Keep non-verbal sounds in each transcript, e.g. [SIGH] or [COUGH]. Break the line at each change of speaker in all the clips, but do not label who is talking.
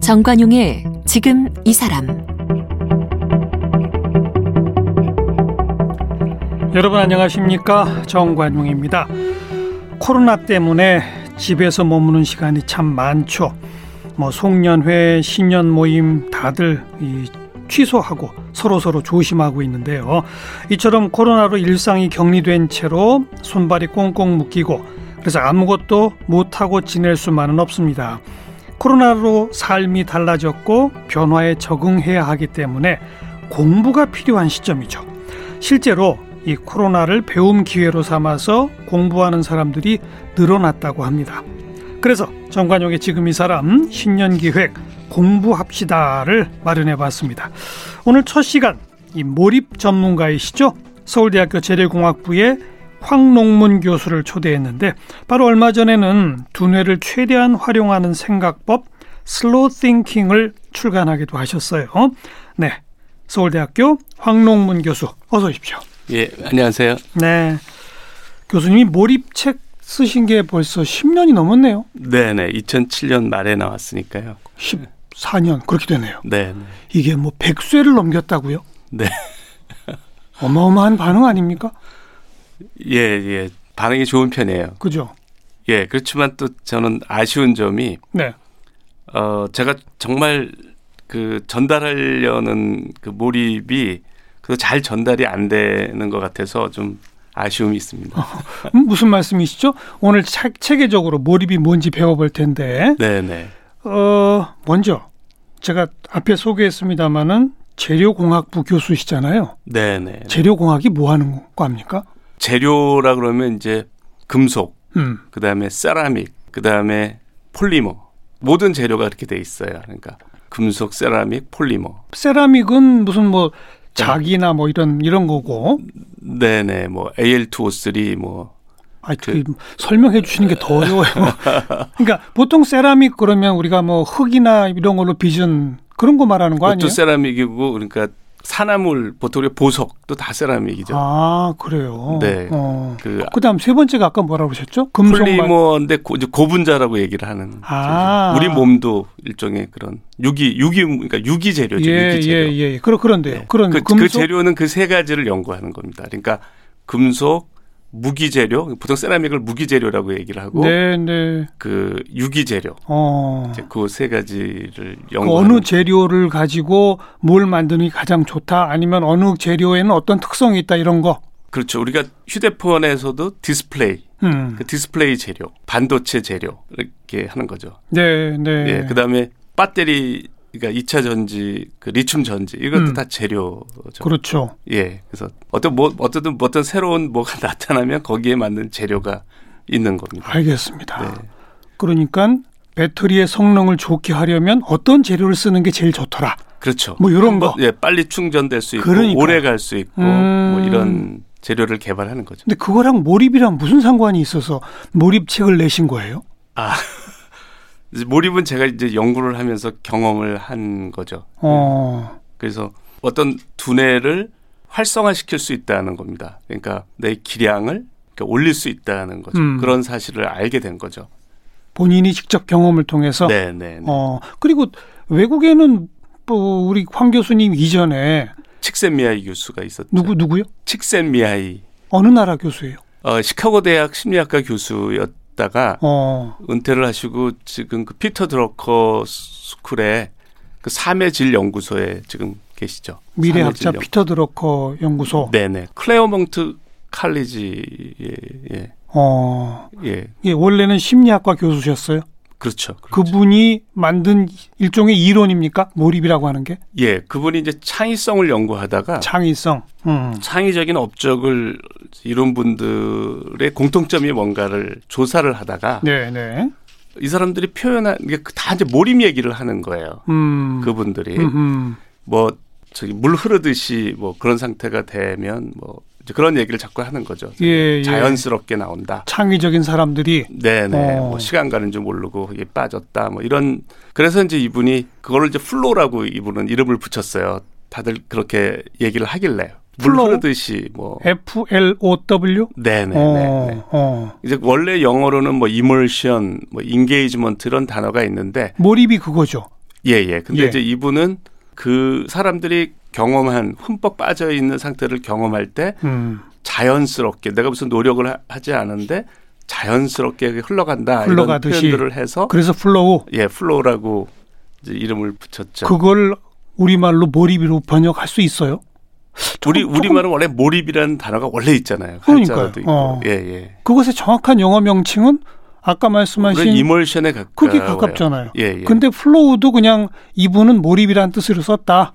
정관용의 지금 이 사람
여러분 안녕하십니까 정관용입니다. 코로나 때문에 집에서 머무는 시간이 참 많죠. 뭐 송년회, 신년 모임 다들 이 취소하고 서로 서로 조심하고 있는데요. 이처럼 코로나로 일상이 격리된 채로 손발이 꽁꽁 묶이고 그래서 아무것도 못하고 지낼 수만은 없습니다. 코로나로 삶이 달라졌고 변화에 적응해야 하기 때문에 공부가 필요한 시점이죠. 실제로 이 코로나를 배움 기회로 삼아서 공부하는 사람들이 늘어났다고 합니다. 그래서 정관용의 지금 이 사람 신년 기획 공부합시다를 마련해 봤습니다. 오늘 첫 시간 이 몰입 전문가이시죠. 서울대학교 재래공학부의 황농문 교수를 초대했는데 바로 얼마 전에는 두뇌를 최대한 활용하는 생각법 슬로우 띵킹을 출간하기도 하셨어요. 네. 서울대학교 황농문 교수 어서 오십시오.
예, 안녕하세요.
네. 교수님이 몰입책 쓰신 게 벌써 10년이 넘었네요.
네, 네. 2007년 말에 나왔으니까요.
14년 그렇게 되네요.
네.
이게 뭐 100쇄를 넘겼다고요?
네.
어마어마한 반응 아닙니까?
예, 예. 반응이 좋은 편이에요.
그죠?
예, 그렇지만 또 저는 아쉬운 점이
네.
어, 제가 정말 그 전달하려는 그 몰입이 그래서 잘 전달이 안 되는 것 같아서 좀 아쉬움이 있습니다.
음, 무슨 말씀이시죠? 오늘 차, 체계적으로 몰입이 뭔지 배워볼 텐데
네, 네.
어, 먼저 제가 앞에 소개했습니다마는 재료공학부 교수시잖아요.
네, 네.
재료공학이 뭐 하는 과입니까?
재료라 그러면 이제 금속,
음.
그다음에 세라믹, 그다음에 폴리머. 모든 재료가 그렇게 돼 있어요. 그러니까 금속, 세라믹, 폴리머.
세라믹은 무슨 뭐 자기나 뭐 이런 이런 거고
네네 뭐 AL2O3 뭐
아, 그 설명해 주시는 게 더
[LAUGHS]
어려워요. 그러니까 보통 세라믹 그러면 우리가 뭐 흙이나 이런 걸로 빚은 그런 거 말하는 거
그것도
아니에요?
세라믹이고 그러니까 산화물 보통 우리가 보석도 다 세라믹이죠.
아 그래요.
네.
어.
그
그다음 세 번째가 아까 뭐라고 그러셨죠? 금속 말.
폴리머인데 고, 이제 고분자라고 얘기를 하는
아.
거죠. 우리 몸도 일종의 그런 유기 유기 그러니까 유기 재료죠.
예예예
유기 재료.
예, 예. 그러 그런데요.
네.
그런
그,
금속
그 재료는 그 세 가지를 연구하는 겁니다. 그러니까 금속, 무기 재료, 보통 세라믹을 무기 재료라고 얘기를 하고
네, 네.
그 유기 재료.
어.
이제 그 세 가지를
그
연구하는
어느 재료를 가지고 뭘 만드는 게 가장 좋다 아니면 어느 재료에는 어떤 특성이 있다 이런 거.
그렇죠. 우리가 휴대폰에서도 디스플레이,
음.
그 디스플레이 재료, 반도체 재료 이렇게 하는 거죠.
네, 네.
예. 그다음에 배터리 그러니까 2차 전지, 그 리튬 전지 이것도
음.
다 재료죠.
그렇죠.
예. 그래서 어떤 뭐 어쨌든 어떤 새로운 뭐가 [LAUGHS] 나타나면 거기에 맞는 재료가 있는 겁니다.
알겠습니다.
네.
그러니까 배터리의 성능을 좋게 하려면 어떤 재료를 쓰는 게 제일 좋더라.
그렇죠.
뭐 이런
한 번-
거.
예, 빨리 충전될 수 있고
그러니까요.
오래 갈 수 있고
음.
뭐 이런 재료를 개발하는 거죠.
근데 그거랑 몰입이랑 무슨 상관이 있어서 몰입책을 내신 거예요?
아. 이제 몰입은 제가 이제 연구를 하면서 경험을 한 거죠. 네.
어,
그래서 어떤 두뇌를 활성화시킬 수 있다는 겁니다. 그러니까 내 기량을 이렇게 올릴 수 있다는 거죠.
음.
그런 사실을 알게 된 거죠.
본인이 직접 경험을 통해서.
네, 네. 네.
어, 그리고 외국에는 뭐 우리 황 교수님 이전에
칙센미하이 교수가 있었죠.
누구 누구요?
칙센미하이
어느 나라 교수예요?
어, 시카고 대학 심리학과 교수였다가
어,
은퇴를 하시고 지금 그 피터 드러커 스쿨의 그 삶의 질 연구소에 지금 계시죠.
미래학자
삶의 질
피터 드러커 연구소.
연구- 네네. 클레어몽트 칼리지 예, 예,
어,
예.
예, 원래는 심리학과 교수셨어요.
그렇죠. 그렇죠.
그분이 만든 일종의 이론입니까? 몰입이라고 하는 게
예, 그분이 이제 창의성을 연구하다가
창의성. 음.
창의적인 업적을 이룬 분들의 공통점이 뭔가를 조사를 하다가
네, 네.
이 사람들이 표현한 게그 다 이제 몰입 얘기를 하는 거예요.
음.
그분들이
음, 음.
뭐 저기 물 흐르듯이 뭐 그런 상태가 되면 뭐 이제 그런 얘기를 자꾸 하는 거죠.
예, 예.
자연스럽게 나온다.
창의적인 사람들이
네네.
어.
뭐 시간 가는 줄 모르고 이게 빠졌다. 뭐 이런 그래서 이제 이분이 그거를 이제 플로라고 이분은 이름을 붙였어요. 다들 그렇게 얘기를 하길래 물
플로우?
흐르듯이 뭐
F L O W.
네네네.
어, 어.
이제 원래 영어로는 뭐 이멀션, 뭐 인게이지먼트 이런 단어가 있는데
몰입이 그거죠.
예예. 근데
예.
이제 이분은 그 사람들이 경험한 흠뻑 빠져 있는 상태를 경험할 때
음.
자연스럽게 내가 무슨 노력을 하- 하지 않은데 자연스럽게 흘러간다
흘러가듯이.
이런 표현들을 해서
그래서 플로우
예 플로우라고 이제 이름을 붙였죠.
그걸 우리말로 몰입으로 번역할 수 있어요?
우리
조금-
우리말은 원래 몰입이라는 단어가 원래 있잖아요.
그러니까요.
한자로도
어.
있고 예예.
그것의 정확한 영어 명칭은 아까 그러니까 말씀하신
이멀션에 가까워요.
그게 가깝잖아요.
네. 예예.
근데 플로우도 그냥 이분은 몰입이라는 뜻으로 썼다.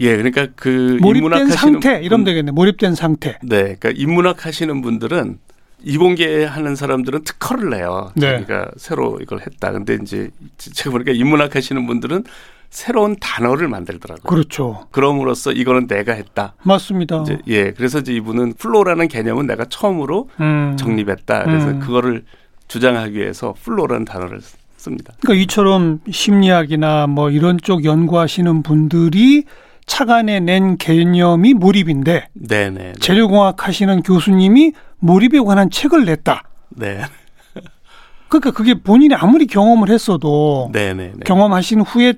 예 그러니까 그
몰입된
인문학
상태
하시는
이러면
분-
되겠네. 몰입된 상태.
네, 그러니까 인문학 하시는 분들은 이공계 하는 사람들은 특허를 내요.
네.
자기가 새로 이걸 했다. 근데 이제 제가 보니까 인문학 하시는 분들은 새로운 단어를 만들더라고요.
그렇죠.
그럼으로써 이거는 내가 했다.
맞습니다.
이제 예, 그래서 이제 이분은 플로라는 개념은 내가 처음으로
음.
정립했다. 그래서
음.
그거를 주장하기 위해서 플로라는 단어를 쓰- 씁니다.
그러니까 이처럼 심리학이나 뭐 이런 쪽 연구하시는 분들이 착안에 낸 개념이 몰입인데
네, 네,
재료공학 하시는 교수님이 몰입에 관한 책을 냈다.
네,
그러니까 그게 본인이 아무리 경험을 했어도
네, 네. 네.
경험하신 후에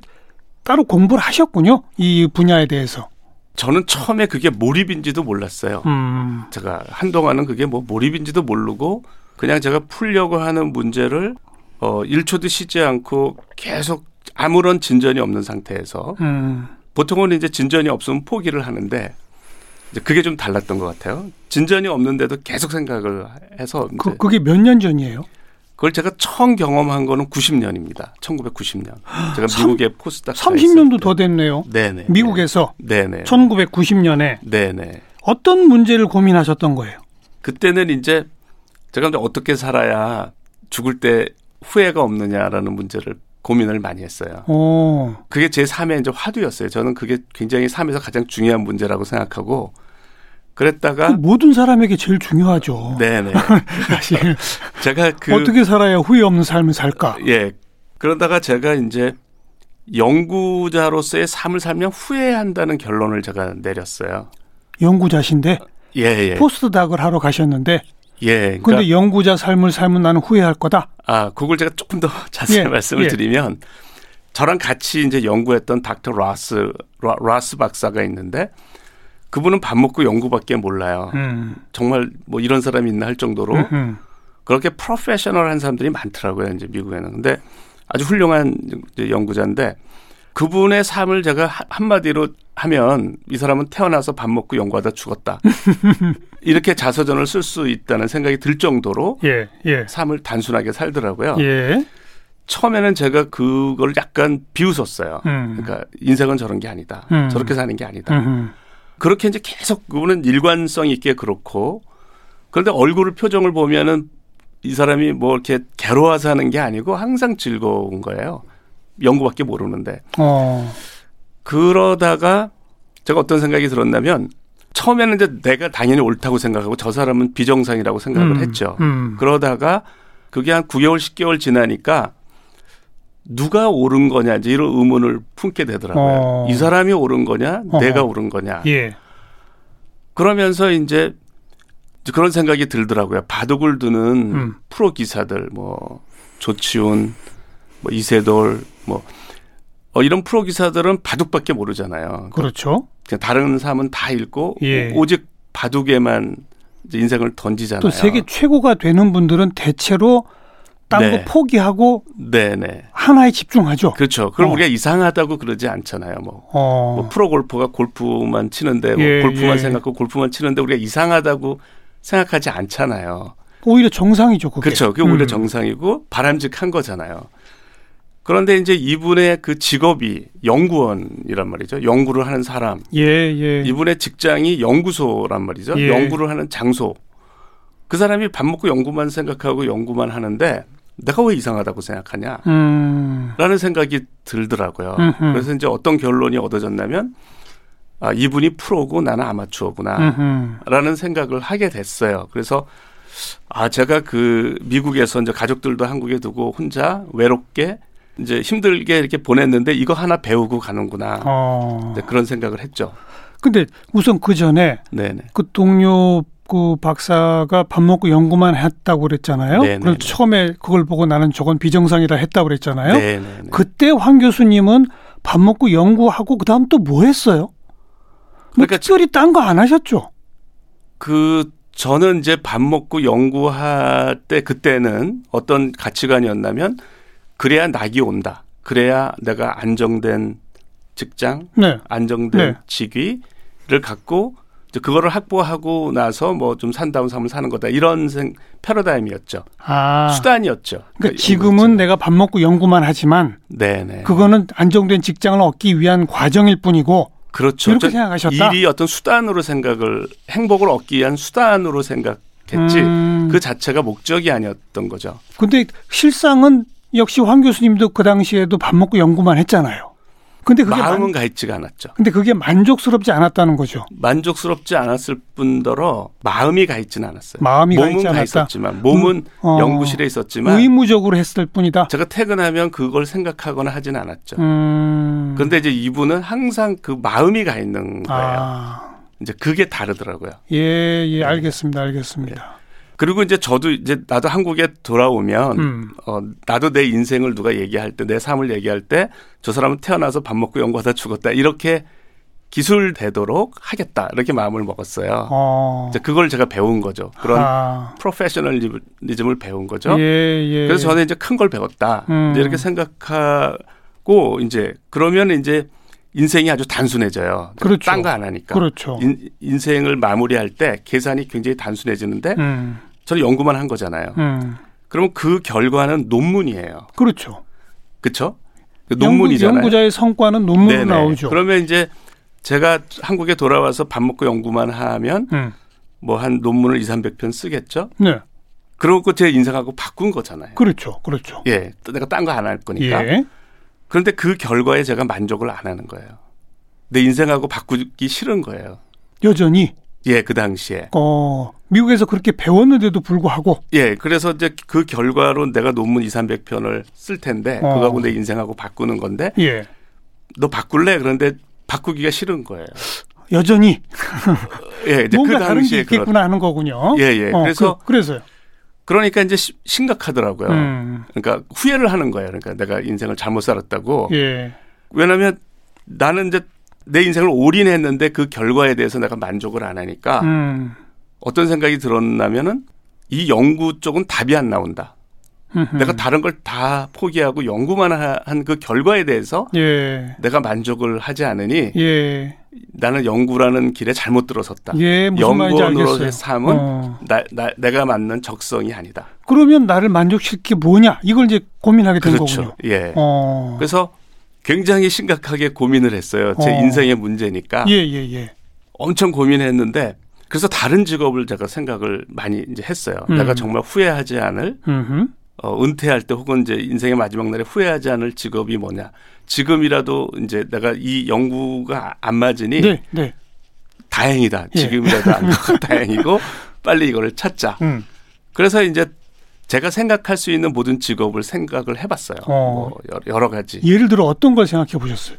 따로 공부를 하셨군요. 이 분야에 대해서.
저는 처음에 그게 몰입인지도 몰랐어요.
음.
제가 한동안은 그게 뭐 몰입인지도 모르고 그냥 제가 풀려고 하는 문제를 어 1초도 쉬지 않고 계속 아무런 진전이 없는 상태에서
음.
보통은 이제 진전이 없으면 포기를 하는데 이제 그게 좀 달랐던 것 같아요. 진전이 없는데도 계속 생각을 해서 이제
그, 그게 몇 년 전이에요?
그걸 제가 처음 경험한 거는 90년입니다. 1990년. 제가
삼-
미국에 포스닥
30년도 더 됐네요.
네네.
미국에서
네네.
1990년에
네네.
어떤 문제를 고민하셨던 거예요?
그때는 이제 제가 이제 어떻게 살아야 죽을 때 후회가 없느냐라는 문제를 고민을 많이 했어요.
오,
그게 제 삶의 이제 화두였어요. 저는 그게 굉장히 삶에서 가장 중요한 문제라고 생각하고
그
그랬다가
모든 사람에게 제일 중요하죠.
아? 네네
사실
제가 그
그 어떻게 살아야 후회 없는 삶을 살까?
예 그러다가 제가 이제 연구자로서의 삶을 살면 후회한다는 결론을 제가 내렸어요.
연구자신데
예예
포스트닥을 하러 가셨는데
예. 네. 그러니까
근데 연구자 삶을 살면 나는 후회할 거다.
아, 그걸 제가 조금 더 [LAUGHS] 자세히
예,
말씀을
예.
드리면 저랑 같이 이제 연구했던 닥터 라스 라, 라스 박사가 있는데 그분은 밥 먹고 연구밖에 몰라요.
음.
정말 뭐 이런 사람이 있나 할 정도로
음.
그렇게 프로페셔널한 사람들이 많더라고요. 이제 미국에는. 근데 아주 훌륭한 이제 연구자인데 그분의 삶을 제가 하- 한마디로 하면 이 사람은 태어나서 밥 먹고 연구하다
[LAUGHS]
죽었다. 이렇게 자서전을 쓸 수 있다는 생각이 들 정도로
예, 예.
삶을 단순하게 살더라고요.
예.
처음에는 제가 그걸 약간 비웃었어요.
음.
그러니까 인생은 저런 게 아니다.
음.
저렇게 사는 게 아니다.
음.
그렇게 이제 계속 그분은 일관성 있게 그렇고 그런데 얼굴을 표정을 보면은 이 사람이 뭐 이렇게 괴로워서 하는 게 아니고 항상 즐거운 거예요. 연구밖에 모르는데
어.
그러다가 제가 어떤 생각이 들었냐면 처음에는 이제 내가 당연히 옳다고 생각하고 저 사람은 비정상이라고 생각을
음,
했죠.
음.
그러다가 그게 한 9개월, 10개월 지나니까 누가 옳은 거냐 이제 이런 의문을 품게 되더라고요.
어.
이 사람이 옳은 거냐,
어허.
내가 옳은 거냐.
예.
그러면서 이제 그런 생각이 들더라고요. 바둑을 두는
음.
프로 기사들, 뭐 조치훈, 뭐 이세돌, 뭐 어, 이런 프로 기사들은 바둑밖에 모르잖아요.
그렇죠.
그냥 다른 삶은 다 읽고
예.
오직 바둑에만 이제 인생을 던지잖아요.
또 세계 최고가 되는 분들은 대체로 딴 거
네.
포기하고
네네.
하나에 집중하죠.
그렇죠. 그럼
어.
우리가 이상하다고 그러지 않잖아요. 뭐,
어.
뭐 프로 골퍼가 골프만 치는데 뭐
예,
골프만
예.
생각하고 골프만 치는데 우리가 이상하다고 생각하지 않잖아요.
오히려 정상이죠, 그게.
그렇죠. 그게 오히려
음.
정상이고 바람직한 거잖아요. 그런데 이제 이분의 그 직업이 연구원이란 말이죠. 연구를 하는 사람.
예, 예.
이분의 직장이 연구소란 말이죠.
예.
연구를 하는 장소. 그 사람이 밥 먹고 연구만 생각하고 연구만 하는데 내가 왜 이상하다고 생각하냐?
음.
라는 생각이 들더라고요.
음흠.
그래서 이제 어떤 결론이 얻어졌냐면 아, 이분이 프로고 나는 아마추어구나.
음흠.
라는 생각을 하게 됐어요. 그래서 아, 제가 그 미국에서 이제 가족들도 한국에 두고 혼자 외롭게 이제 힘들게 이렇게 보냈는데 이거 하나 배우고 가는구나.
어.
네, 그런 생각을 했죠.
근데 우선 그 전에
네네.
그 동료 그 박사가 밥 먹고 연구만 했다고 그랬잖아요.
네,
그럼
네, 네.
처음에 그걸 보고 나는 저건 비정상이라 했다고 그랬잖아요.
네네.
그때 황 교수님은 밥 먹고 연구하고 그다음 또 뭐 했어요? 뭐
그러니까
특별히 딴 거 안 하셨죠?
그 저는 이제 밥 먹고 연구할 때 그때는 어떤 가치관이었냐면 그래야 낙이 온다. 그래야 내가 안정된 직장,
네.
안정된
네.
직위를 갖고 이제 그거를 확보하고 나서 뭐 좀 산다운 삶을 사는 거다 이런 생, 패러다임이었죠.
아.
수단이었죠.
그러니까 지금은 내가 밥 먹고 연구만 하지만
네네
그거는 안정된 직장을 얻기 위한 과정일 뿐이고
그렇죠.
이렇게
저-
생각하셨다?
일이 어떤 수단으로 생각을 행복을 얻기 위한 수단으로 생각했지
음.
그 자체가 목적이 아니었던 거죠.
근데 실상은 역시 황 교수님도 그 당시에도 밥 먹고 연구만 했잖아요. 근데 그게 만,
마음은 가 있지가 않았죠.
근데 그게 만족스럽지 않았다는 거죠.
만족스럽지 않았을 뿐더러 마음이 가 있지는 않았어요.
마음이 가
몸은
있지
가
않았다.
있었지만 몸은
어.
연구실에 있었지만
의무적으로 했을 뿐이다.
제가 퇴근하면 그걸 생각하거나 하진 않았죠.
음.
그런데 이제 이분은 항상 그 마음이 가 있는 거예요.
아.
이제 그게 다르더라고요.
예,
네.
예, 알겠습니다. 알겠습니다.
그리고 이제 저도 이제 나도 한국에 돌아오면
음.
어, 나도 내 인생을 누가 얘기할 때 내 삶을 얘기할 때 저 사람은 태어나서 밥 먹고 연구하다 죽었다 이렇게 기술되도록 하겠다 이렇게 마음을 먹었어요.
어.
아, 이제 그걸 제가 배운 거죠. 그런
아.
프로페셔널리즘을 배운 거죠.
예, 예.
그래서 저는 이제 큰 걸 배웠다.
음.
이제 이렇게 생각하고 이제 그러면 이제 인생이 아주 단순해져요.
그렇죠.
딴 거 안 하니까.
그렇죠.
어. 인, 인생을 마무리할 때 계산이 굉장히 단순해지는데
음.
저는 연구만 한 거잖아요.
음.
그러면 그 결과는 논문이에요.
그렇죠.
그렇죠? 논문이잖아요.
연구, 자의 성과는 논문으로
네네.
나오죠.
그러면 이제 제가 한국에 돌아와서 밥 먹고 연구만 하면
음.
뭐 한 논문을 2, 300편 쓰겠죠?
네.
그러고 제 인생하고 바꾼 거잖아요.
그렇죠. 그렇죠.
예. 또 내가 딴 거 안 할 거니까.
예.
그런데 그 결과에 제가 만족을 안 하는 거예요. 내 인생하고 바꾸기 싫은 거예요.
여전히
예, 그 당시에.
어, 미국에서 그렇게 배웠는데도 불구하고
예, 그래서 이제 그 결과로 내가 논문 2, 300편을 쓸 텐데
어.
그거하고 내 인생하고 바꾸는 건데
예.
너 바꿀래? 그런데 바꾸기가 싫은 거예요.
여전히
예, 이제 그
뭔가 다른 게
당시에
있겠구나
그런
하는 거군요.
예, 예. 그래서- 어,
그, 래서요
그러니까 이제 시- 심각하더라고요.
음.
그러니까 후회를 하는 거예요. 그러니까 내가 인생을 잘못 살았다고.
예.
왜냐하면 나는 이제 내 인생을 올인했는데 그 결과에 대해서 내가 만족을 안 하니까
음.
어떤 생각이 들었냐면은 이 연구 쪽은 답이 안 나온다.
음흠.
내가 다른 걸 다 포기하고 연구만 한 그 결과에 대해서
예.
내가 만족을 하지 않으니
예.
나는 연구라는 길에 잘못 들어섰다.
예, 무슨 말인지 알겠어요.
연구원으로의 삶은
어.
나, 나, 내가 맞는 적성이 아니다.
그러면 나를 만족시킬 게 뭐냐? 이걸 이제 고민하게 된
그렇죠.
거군요.
예.
어.
그래서 굉장히 심각하게 고민을 했어요. 제
어.
인생의 문제니까
예, 예, 예.
엄청 고민했는데 그래서 다른 직업을 제가 생각을 많이 이제 했어요.
음.
내가 정말 후회하지 않을
음흠.
어, 은퇴할 때 혹은 이제 인생의 마지막 날에 후회하지 않을 직업이 뭐냐. 지금이라도 이제 내가 이 연구가 안 맞으니
네, 네.
다행이다.
예.
지금이라도 안 맞고 [LAUGHS] 다행이고 빨리 이거를 찾자.
음.
그래서 이제 제가 생각할 수 있는 모든 직업을 생각을 해봤어요.
어.
뭐 여러- 여러 가지.
예를 들어 어떤 걸 생각해 보셨어요?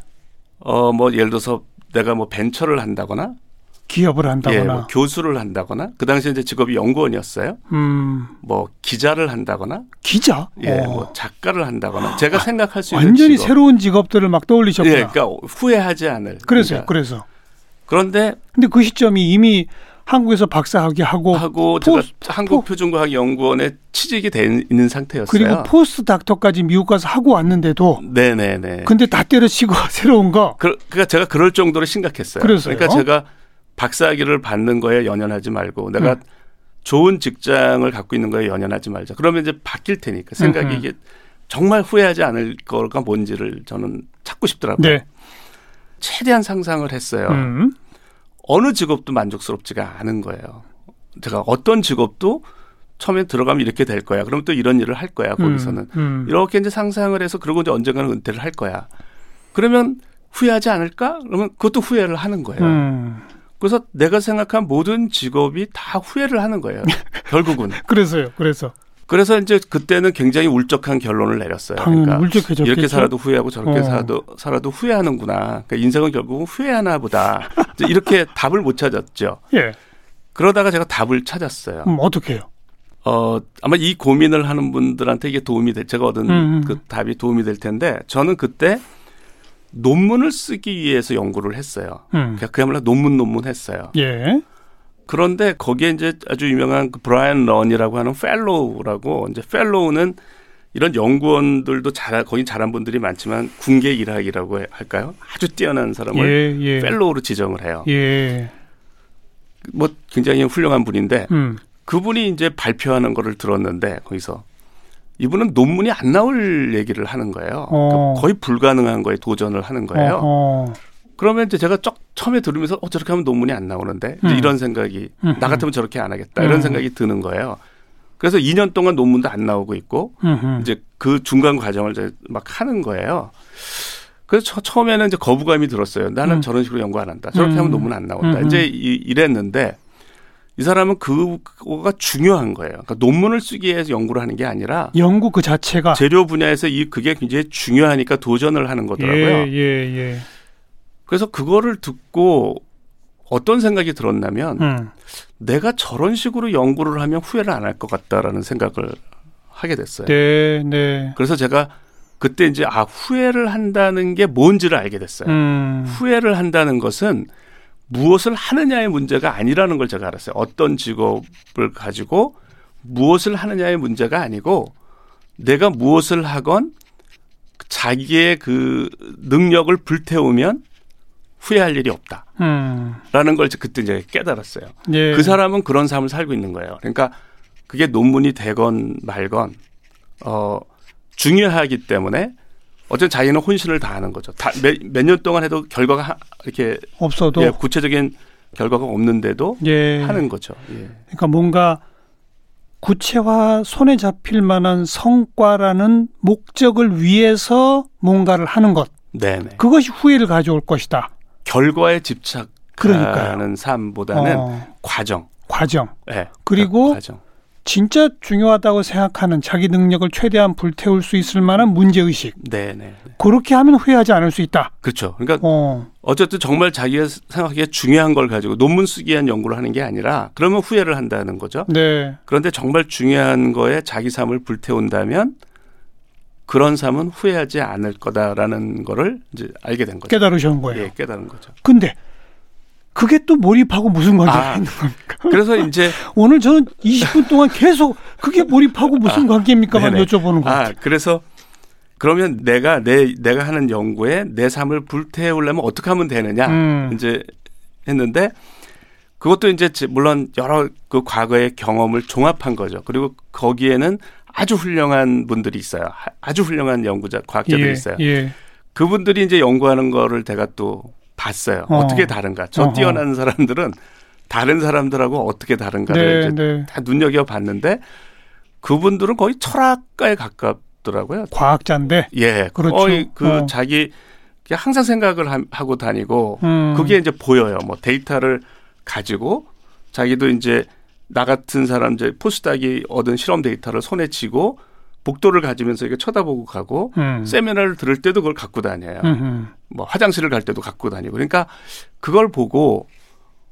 어, 뭐 예를 들어서 내가 뭐 벤처를 한다거나,
기업을
예,
한다거나.
뭐 교수를 한다거나, 그 당시에 이제 직업이 연구원이었어요.
음.
뭐 기자를 한다거나,
기자.
예,
어. 아,
뭐 작가를 한다거나, 제가 생각할 수 있는
완전히
직업.
새로운 직업들을 막 떠올리셨구나.
예, 그러니까 후회하지 않을.
그래서요.
그러니까.
그래서.
그런데
근데 그 시점이 이미 한국에서 박사학위 하고
하고
어, 포-
제가 한국 표준과학 연구원에 취직이 돼 있는 상태였어요.
그리고 포스트 닥터까지 미국 가서 하고 왔는데도
네, 네, 네.
근데 다 때려치고 [LAUGHS] 새로운 거.
그, 그러니까 제가 그럴 정도로 심각했어요.
그래서요?
러니까 제가 박사학위를 받는 거에 연연하지 말고 내가
음.
좋은 직장을 갖고 있는 거에 연연하지 말자. 그러면 이제 바뀔 테니까 생각이
음.
이게 정말 후회하지 않을 거가 뭔지를 저는 찾고 싶더라고요.
네.
최대한 상상을 했어요.
음.
어느 직업도 만족스럽지가 않은 거예요. 제가 어떤 직업도 처음에 들어가면 이렇게 될 거야. 그럼 또 이런 일을 할 아, 거야. 거기서는
음.
이렇게 이제 상상을 해서 그러고 이제 언젠가는 은퇴를 할 거야. 그러면 후회하지 않을까? 그러면 그것도 후회를 하는 거예요.
음.
그래서
[LAUGHS]
내가 생각한 모든 직업이 다 후회를 하는 거예요. 결국은.
그래서요. 그래서.
그래서 이제 그때는 굉장히 울적한 결론을 내렸어요.
당연히
그러니까
울적해졌겠죠.
이렇게 살아도 후회하고 저렇게
어.
살아도 살아도 후회하는구나. 그러니까 인생은 결국은 후회하나 보다. 이제 이렇게 [LAUGHS] 답을 못 찾았죠.
예.
그러다가 제가 답을 찾았어요.
음, 어떻게요?
어, 아마 이 고민을 하는 분들한테 이게 도움이 될, 제가 얻은
음.
그 답이 도움이 될 텐데 저는 그때 논문을 쓰기 위해서 연구를 했어요.
음.
그냥 그야말로 논문 논문 했어요.
예.
그런데 거기에 이제 아주 유명한 그 브라이언 런이라고 하는 펠로우라고 이제 펠로우는 이런 연구원들도 잘 거긴 잘한 분들이 많지만 군계 일학이라고 해- 할까요? 아주 뛰어난 사람을
예, 예.
펠로우로 지정을 해요.
예.
뭐 굉장히 훌륭한 분인데
음.
그분이 이제 발표하는 거를 들었는데 거기서 이분은 논문이 안 나올 얘기를 하는 거예요. 그러니까
어.
거의 불가능한 거에 도전을 하는 거예요.
어허.
그러면 이제 제가 쩍 처음에 들으면서 어 저렇게 하면 논문이 안 나오는데 이제
음.
이런 생각이
음흠.
나 같으면 저렇게 안 하겠다
음.
이런 생각이 드는 거예요. 그래서 2년 동안 논문도 안 나오고 있고
음흠.
이제 그 중간 과정을 이제 막 하는 거예요. 그래서 처- 처음에는 이제 거부감이 들었어요. 나는
음.
저런 식으로 연구 안 한다. 저렇게
음.
하면 논문 안 나온다.
음.
이제 이- 이랬는데 이 사람은 그거가 중요한 거예요. 그러니까 논문을 쓰기 위해서 연구를 하는 게 아니라
연구 그 자체가
재료 분야에서 이 그게 굉장히 중요하니까 도전을 하는 거더라고요.
예, 예, 예.
그래서 그거를 듣고 어떤 생각이 들었냐면
음.
내가 저런 식으로 연구를 하면 후회를 안 할 것 같다라는 생각을 하게 됐어요.
네, 네.
그래서 제가 그때 이제 아 후회를 한다는 게 뭔지를 알게 됐어요.
음.
후회를 한다는 것은 무엇을 하느냐의 문제가 아니라는 걸 제가 알았어요. 어떤 직업을 가지고 무엇을 하느냐의 문제가 아니고 내가 무엇을 하건 자기의 그 능력을 불태우면 후회할 일이 없다라는
음.
걸 이제 그때 이제 깨달았어요.
예.
그 사람은 그런 삶을 살고 있는 거예요. 그러니까 그게 논문이 되건 말건 어 중요하기 때문에 어쨌든 자기는 혼신을 다하는 거죠. 몇 년 동안 해도 결과가 하- 이렇게
없어도
예, 구체적인 결과가 없는데도
예.
하는 거죠. 예.
그러니까 뭔가 구체화 손에 잡힐 만한 성과라는 목적을 위해서 뭔가를 하는 것
네네.
그것이 후회를 가져올 것이다.
결과에 집착하는
그러니까요.
삶보다는
어,
과정.
과정
예.
그리고
과정.
진짜 중요하다고 생각하는 자기 능력을 최대한 불태울 수 있을 만한 문제 의식
네네.
그렇게 하면 후회하지 않을 수 있다.
그렇죠. 그러니까
어,
어쨌든 정말 자기가 생각하기에 중요한 걸 가지고 논문 쓰기 위한 연구를 하는 게 아니라 그러면 후회를 한다는 거죠.
네,
그런데 정말 중요한 거에 자기 삶을 불태운다면 그런 삶은 후회하지 않을 거다라는 거를 이제 알게 된 거죠.
깨달으신 거예요.
예, 깨달은 거죠.
근데 그게 또 몰입하고 무슨 관계가
아.
있는 겁니까? [LAUGHS]
그래서 이제
오늘 저는 20분 동안 계속 그게 몰입하고 무슨 관계입니까만
아, 네네.
여쭤보는 거예요.
아, 그래서 그러면 내가 내 내가 하는 연구에 내 삶을 불태우려면 어떻게 하면 되느냐
음.
이제 했는데 그것도 이제 제- 물론 여러 그 과거의 경험을 종합한 거죠. 그리고 거기에는 아주 훌륭한 분들이 있어요. 하- 아주 훌륭한 연구자 과학자들이
예,
있어요.
예.
그분들이 이제 연구하는 거를 제가 또 봤어요.
어.
어. 떻게 다른가? 저
어허.
뛰어난 사람들은 다른 사람들하고 어떻게 다른가를
네,
그러니까 이제
네.
다 눈여겨 봤는데 그분들은 거의 철학가에 가깝더라고요.
과학자인데.
예,
그렇죠.
거의 그
어.
자기 그냥 항상 생각을 함- 하고 다니고
음.
그게 이제 보여요. 뭐 데이터를 가지고 자기도 이제 나 같은 사람 이제 포스닥이 얻은 실험 데이터를 손에 쥐고 복도를 가지면서 이렇게 쳐다보고 가고
음.
세미나를 들을 때도 그걸 갖고 다녀요.
음흠.
뭐 화장실을 갈 때도 갖고 다니고 그러니까 그걸 보고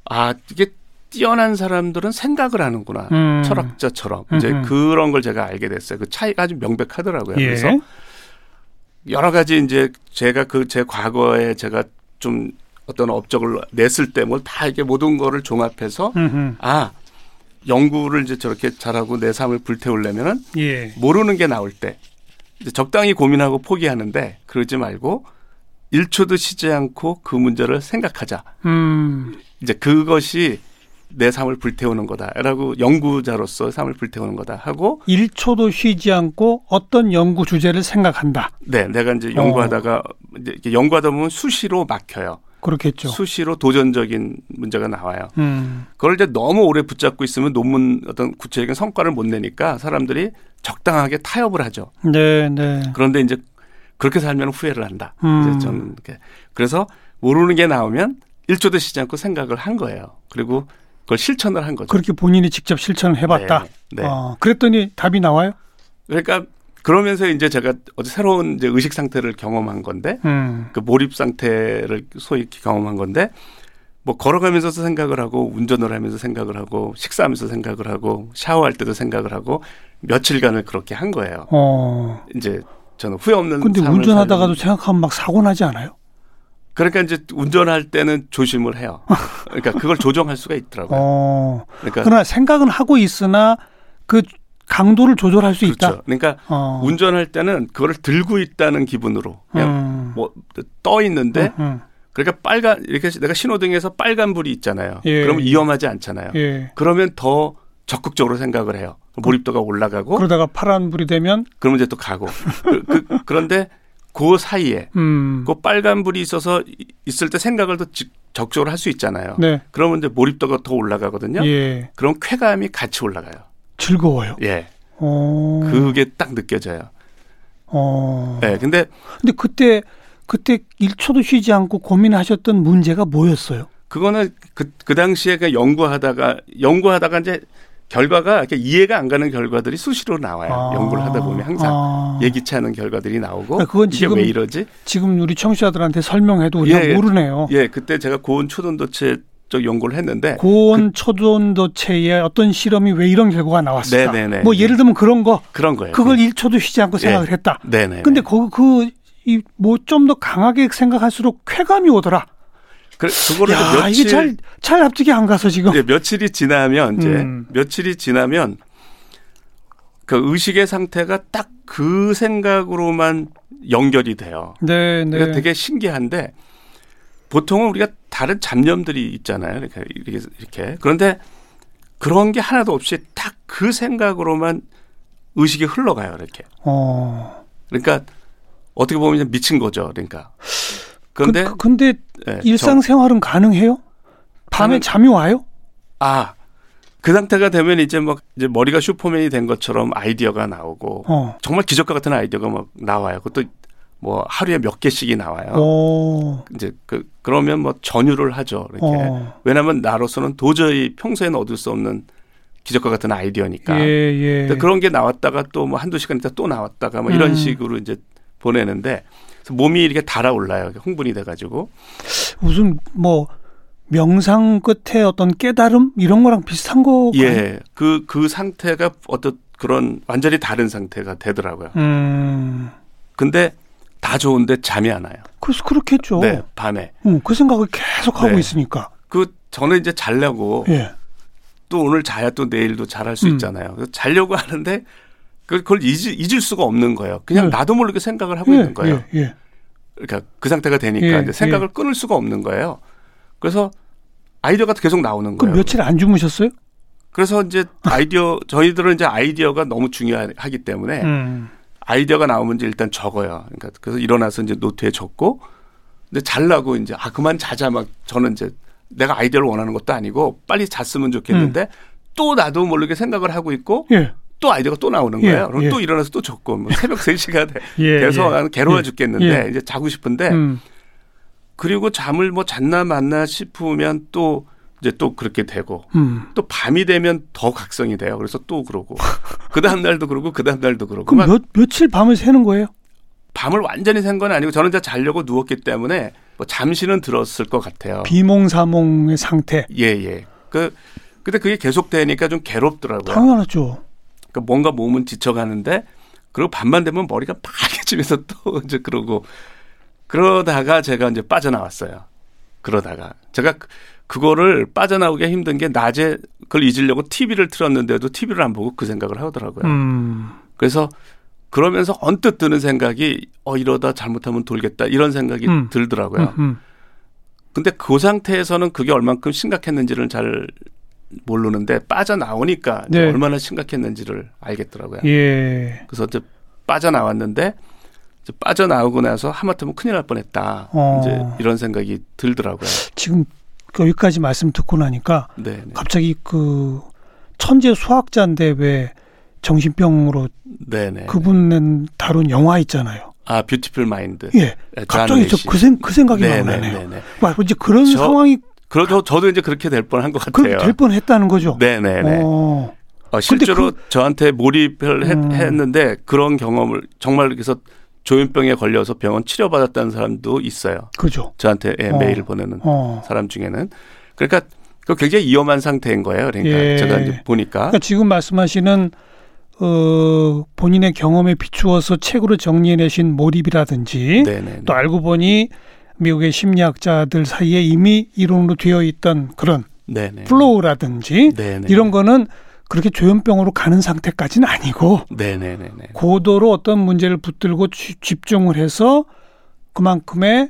아 이게 뛰어난 사람들은 생각을 하는구나
음.
아, 철학자처럼 이제
음흠.
그런 걸 제가 알게 됐어요 그 차이가 아주 명백하더라고요
예.
그래서 여러 가지 이제 제가 그 제 과거에 제가 좀 어떤 업적을 냈을 때 뭐 다 이게 모든 거를 종합해서
음흠.
아 연구를 이제 저렇게 잘하고 내 삶을 불태우려면은
예.
모르는 게 나올 때 이제 적당히 고민하고 포기하는데 그러지 말고 1초도 쉬지 않고 그 문제를 생각하자.
음.
이제 그것이 내 삶을 불태우는 거다라고 연구자로서 삶을 불태우는 거다 하고
1초도 쉬지 않고 어떤 연구 주제를 생각한다.
네 내가 이제 연구하다가 이제 이렇게 연구하다 보면 수시로 막혀요
그렇겠죠.
수시로 도전적인 문제가 나와요
음.
그걸 이제 너무 오래 붙잡고 있으면 논문 어떤 구체적인 성과를 못 내니까 사람들이 적당하게 타협을 하죠
네, 네.
그런데 이제 그렇게 살면 후회를 한다.
음.
이제 저는 이렇게. 그래서 모르는 게 나오면 1초도 쉬지 않고 생각을 한 거예요. 그리고 그걸 실천을 한 거죠.
그렇게 본인이 직접 실천을 해봤다.
네. 네.
어, 그랬더니 답이 나와요.
그러니까 그러면서 이제 제가 어제 새로운 이제 의식 상태를 경험한 건데
음.
그 몰입 상태를 소위 경험한 건데 뭐 걸어가면서도 생각을 하고 운전을 하면서 생각을 하고 식사하면서 생각을 하고 샤워할 때도 생각을 하고 며칠간을 그렇게 한 거예요.
어.
이제 저는 후회 없는
근데
삶을
운전하다가도
살려는-
생각하면 막 사고 나지 않아요?
그러니까 이제 운전할 때는 조심을 해요. 그러니까 그걸 조정할 수가 있더라고요.
어.
네. 그러니까
그러나 생각은 하고 있으나 그 강도를 조절할 수
그렇죠.
있다.
그러니까
어.
운전할 때는 그거를 들고 있다는 기분으로 그냥
음.
뭐 떠 있는데
음, 음.
그러니까 빨간 이렇게 내가 신호등에서 빨간 불이 있잖아요.
예.
그러면 위험하지 않잖아요.
예.
그러면 더 적극적으로 생각을 해요. 몰입도가 올라가고
그러다가 파란 불이 되면
그러면 이제 또 가고. 그, 런데그 사이에
음.
그 빨간 불이 있어서 이- 있을 때 생각을 더 지- 적극적으로 할 수 있잖아요.
네.
그러면 이제 몰입도가 더 올라가거든요.
예.
그럼 쾌감이 같이 올라가요.
즐거워요.
예.
어.
그게 딱 느껴져요.
어.
예. 근데
근데 그때 그때 1초도 쉬지 않고 고민하셨던 문제가 뭐였어요?
그거는 그, 그 당시에 그 연구하다가 연구하다가 이제 결과가 이렇게 이해가 안 가는 결과들이 수시로 나와요.
아.
연구를 하다 보면 항상
아.
예기치 않은 결과들이 나오고
그러니까 그건
이게
지금-
왜 이러지?
지금 우리 청취자들한테 설명해도 우리가
예, 예.
모르네요.
예, 그때 제가 고온 초전도체 쪽 연구를 했는데 그
고온 초전도체의 어떤 실험이 왜 이런 결과가 나왔을까?
네네네.
뭐 예를 들면 그런 거
그런 거예요.
그걸 1초도 쉬지 않고
예.
생각을 했다.
네, 네.
근데 그, 그그뭐 좀 더 강하게 생각할수록 쾌감이 오더라.
그, 그거를
야,
이제 며칠
이게 잘 잘 납득이 안 가서 지금.
예, 며칠이 지나면 이제
어. 음.
며칠이 지나면 그 의식의 상태가 딱 그 생각으로만 연결이 돼요.
네,
그러니까 되게 신기한데 보통은 우리가 다른 잡념들이 있잖아요. 이렇게 이렇게, 이렇게. 그런데 그런 게 하나도 없이 딱 그 생각으로만 의식이 흘러가요. 이렇게.
어.
그러니까 어떻게 보면 이제 미친 거죠. 그러니까. 그런데
그- 그- 근데
예, 정-
일상생활은 가능해요? 밤에
가능-
잠이 와요?
아. 그 상태가 되면 이제 막 이제 머리가 슈퍼맨이 된 것처럼 아이디어가 나오고
어.
정말 기적과 같은 아이디어가 막 나와요. 그것도 뭐 하루에 몇 개씩이 나와요.
어.
이제 그 그러면 뭐 전율을 하죠. 이렇게.
어.
왜냐하면 나로서는 도저히 평소에는 얻을 수 없는 기적과 같은 아이디어니까.
예, 예.
그러니까 근데 그런 게 나왔다가 또 뭐 한두 시간 있다 또 나왔다가 뭐 이런
음.
식으로 이제 보내는데 그래서 몸이 이렇게 달아올라요. 흥분이 돼가지고.
무슨 뭐 명상 끝에 어떤 깨달음 이런 거랑 비슷한 거 같아요.
예. 그, 그 상태가 어떤 그런 완전히 다른 상태가 되더라고요.
음.
근데 다 좋은데 잠이 안 와요.
그래서 그렇겠죠.
네. 밤에.
음, 그 생각을 계속 하고
네. 어.
있으니까.
그 저는 이제 자려고
예.
또 오늘 자야 또 내일도 잘할 수
음.
있잖아요. 그래서 자려고 하는데 그- 그걸 잊을, 잊을 수가 없는 거예요. 그냥
네.
나도 모르게 생각을 하고
예,
있는 거예요.
예, 예.
그러니까 그 상태가 되니까
예,
이제 생각을 끊을 수가 없는 거예요. 그래서 아이디어가 계속 나오는
그럼
거예요.
며칠 안 주무셨어요?
그래서 이제 아이디어 저희들은 이제 아이디어가 너무 중요하기 때문에
음.
아이디어가 나오면 이제 일단 적어요. 그러니까 그래서 일어나서 이제 노트에 적고 근데 잘라고 이제 아 그만 자자 막 저는 이제 내가 아이디어를 원하는 것도 아니고 빨리 잤으면
음.
좋겠는데 또 나도 모르게 생각을 하고 있고
예.
또 아이디어가 또 나오는
예,
거예요. 그럼
예.
또 일어나서 또 적고 뭐 새벽 [LAUGHS] 3시가 돼.
예.
돼서 나는 예. 괴로워
예.
죽겠는데 이제 자고 싶은데
음.
그리고 잠을 뭐 잤나 맞나 싶으면 또 이제 또 그렇게 되고
음.
또 밤이 되면 더 각성이 돼요. 그래서 또 그러고 그 다음 날도 그러고 그 다음 날도 그러고
그럼
막
몇, 며칠 밤을 새는 거예요?
밤을 완전히 샌 건 아니고 저는 이제 자려고 누웠기 때문에 뭐 잠시는 들었을 것 같아요.
비몽사몽의 상태.
예 예. 그 근데 그게 계속 되니까 좀 괴롭더라고요.
당연하죠.
그러니까 뭔가 몸은 지쳐가는데 그리고 밤만 되면 머리가 빨개지면서 [LAUGHS] 또 이제 그러고 그러다가 제가 이제 빠져나왔어요. 그러다가 제가 그- 그거를 빠져나오기 힘든 게 낮에 그걸 잊으려고 TV를 틀었는데도 TV를 안 보고 그 생각을 하더라고요.
음.
그래서 그러면서 언뜻 드는 생각이 어 이러다 잘못하면 돌겠다 이런 생각이
음.
들더라고요.
음, 음.
근데 그 상태에서는 그게 얼만큼 심각했는지는 잘 모르는데 빠져나오니까 이제
네.
얼마나 심각했는지를 알겠더라고요.
예.
그래서 이제 빠져나왔는데 이제 빠져나오고 나서 하마터면 큰일 날 뻔했다.
어.
이제 이런 생각이 들더라고요.
지금 여기까지 말씀 듣고 나니까
네, 네.
갑자기 그 천재 수학자인데 왜 정신병으로
네, 네.
그분은 다룬 영화 있잖아요.
아, 뷰티풀 마인드.
예. 갑자기 저 그 생그 생각이
네,
나오네요.
네, 네, 네.
막 이제 그런
저-
상황이
그래도 저도 이제 그렇게 될 뻔한 것 같아요.
그렇게 될 뻔했다는 거죠.
네네네.
어,
어, 실제로 저한테 몰입을 했,
그 음.
했는데 그런 경험을 정말 그래서 조현병에 걸려서 병원 치료받았다는 사람도 있어요.
그죠.
저한테 예,
어.
메일을 보내는
어.
사람 중에는 그러니까 그 굉장히 위험한 상태인 거예요. 그러니까
예.
제가 이제 보니까
그러니까 지금 말씀하시는 어, 본인의 경험에 비추어서 책으로 정리해내신 몰입이라든지
네네.
또 알고 보니 미국의 심리학자들 사이에 이미 이론으로 되어 있던 그런
네네.
플로우라든지
네네.
이런 거는 그렇게 조현병으로 가는 상태까지는 아니고
네네네네.
고도로 어떤 문제를 붙들고 쥐- 집중을 해서 그만큼의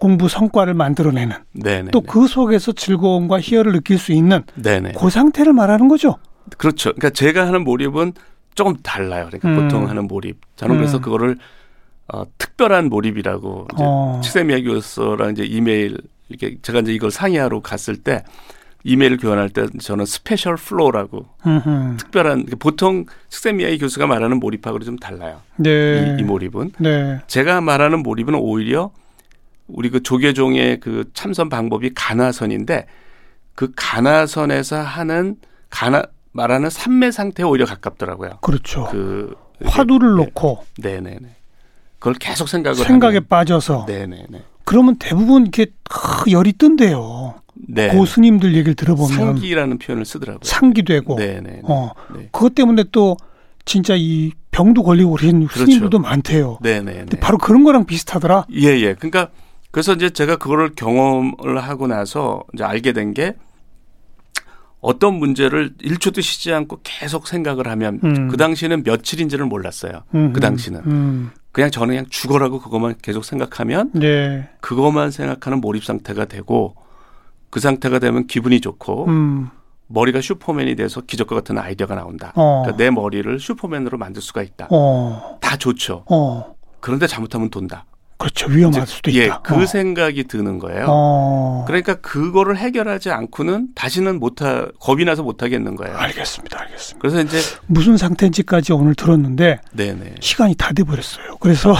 공부 성과를 만들어내는
네네.
또 그 속에서 즐거움과 희열을 느낄 수 있는
네네.
그 상태를 말하는 거죠.
그렇죠. 그러니까 제가 하는 몰입은 조금 달라요. 그러니까
음.
보통 하는 몰입. 저는 그래서
음.
그거를 어, 특별한 몰입이라고 이제
어.
치세미야 교수랑 이제 이메일 이렇게 제가 이제 이걸 상의하러 갔을 때 이메일 교환할 때 저는 스페셜 플로우라고
음흠.
특별한 보통 치세미야 교수가 말하는 몰입하고 좀 달라요.
네.
이, 이 몰입은
네.
제가 말하는 몰입은 오히려 우리 그 조계종의 그 참선 방법이 가나선인데 그 가나선에서 하는 가나 말하는 삼매 상태에 오히려 가깝더라고요.
그렇죠.
그
화두를
네.
놓고
네네네. 그걸 계속 생각을
생각에 빠져서
하는. 네네네.
그러면 대부분 이렇게 크, 열이 뜬대요.
네.
고 스님들 얘기를 들어보면
상기라는 표현을 쓰더라고요.
상기. 되고
네네.
어
네.
그것 때문에 또 진짜 이 병도 걸리고 그런
그렇죠.
스님들도 많대요.
네네네.
근데 바로 그런 거랑 비슷하더라.
예예. 그러니까 그래서 이제 제가 그거를 경험을 하고 나서 이제 알게 된 게 어떤 문제를 1초도 쉬지 않고 계속 생각을 하면
음.
그 당시에는 며칠인지를 몰랐어요.
음,
그 당시는.
음,
그냥 저는 그냥 죽어라고 그것만 계속 생각하면
네.
그것만 생각하는 몰입 상태가 되고 그 상태가 되면 기분이 좋고
음.
머리가 슈퍼맨이 돼서 기적과 같은 아이디어가 나온다.
어.
그러니까 네. 내 머리를 슈퍼맨으로 만들 수가 있다.
어.
다 좋죠.
어. 그렇죠.
그런데 잘못하면 돈다.
위험할 수도
예,
있다.
그
어.
생각이 드는 거예요.
어.
그러니까 그거를 해결하지 않고는 다시는 못하 겁이 나서 못 하겠는 거예요.
알겠습니다. 알겠습니다.
그래서 이제
무슨 상태인지까지 오늘 들었는데
네네
시간이 다 돼버렸어요.
[LAUGHS]
그래서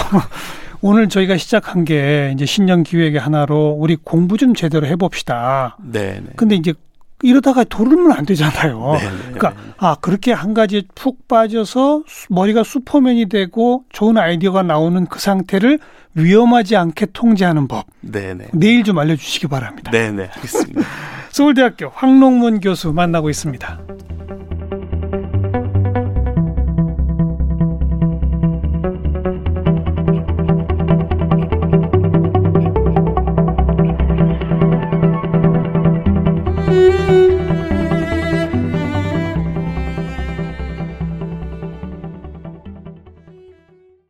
오늘 저희가 시작한 게 이제 신년 기획의 하나로 우리 공부 좀 제대로 해봅시다.
네네
근데 이제 이러다가 돌으면 안 되잖아요.
네네.
그러니까 아 그렇게 한 가지 푹 빠져서 수- 머리가 슈퍼맨이 되고 좋은 아이디어가 나오는 그 상태를 위험하지 않게 통제하는 법
네네
내일 좀 알려주시기 바랍니다.
네네 알겠습니다.
서울대학교 황농문 교수 만나고 있습니다.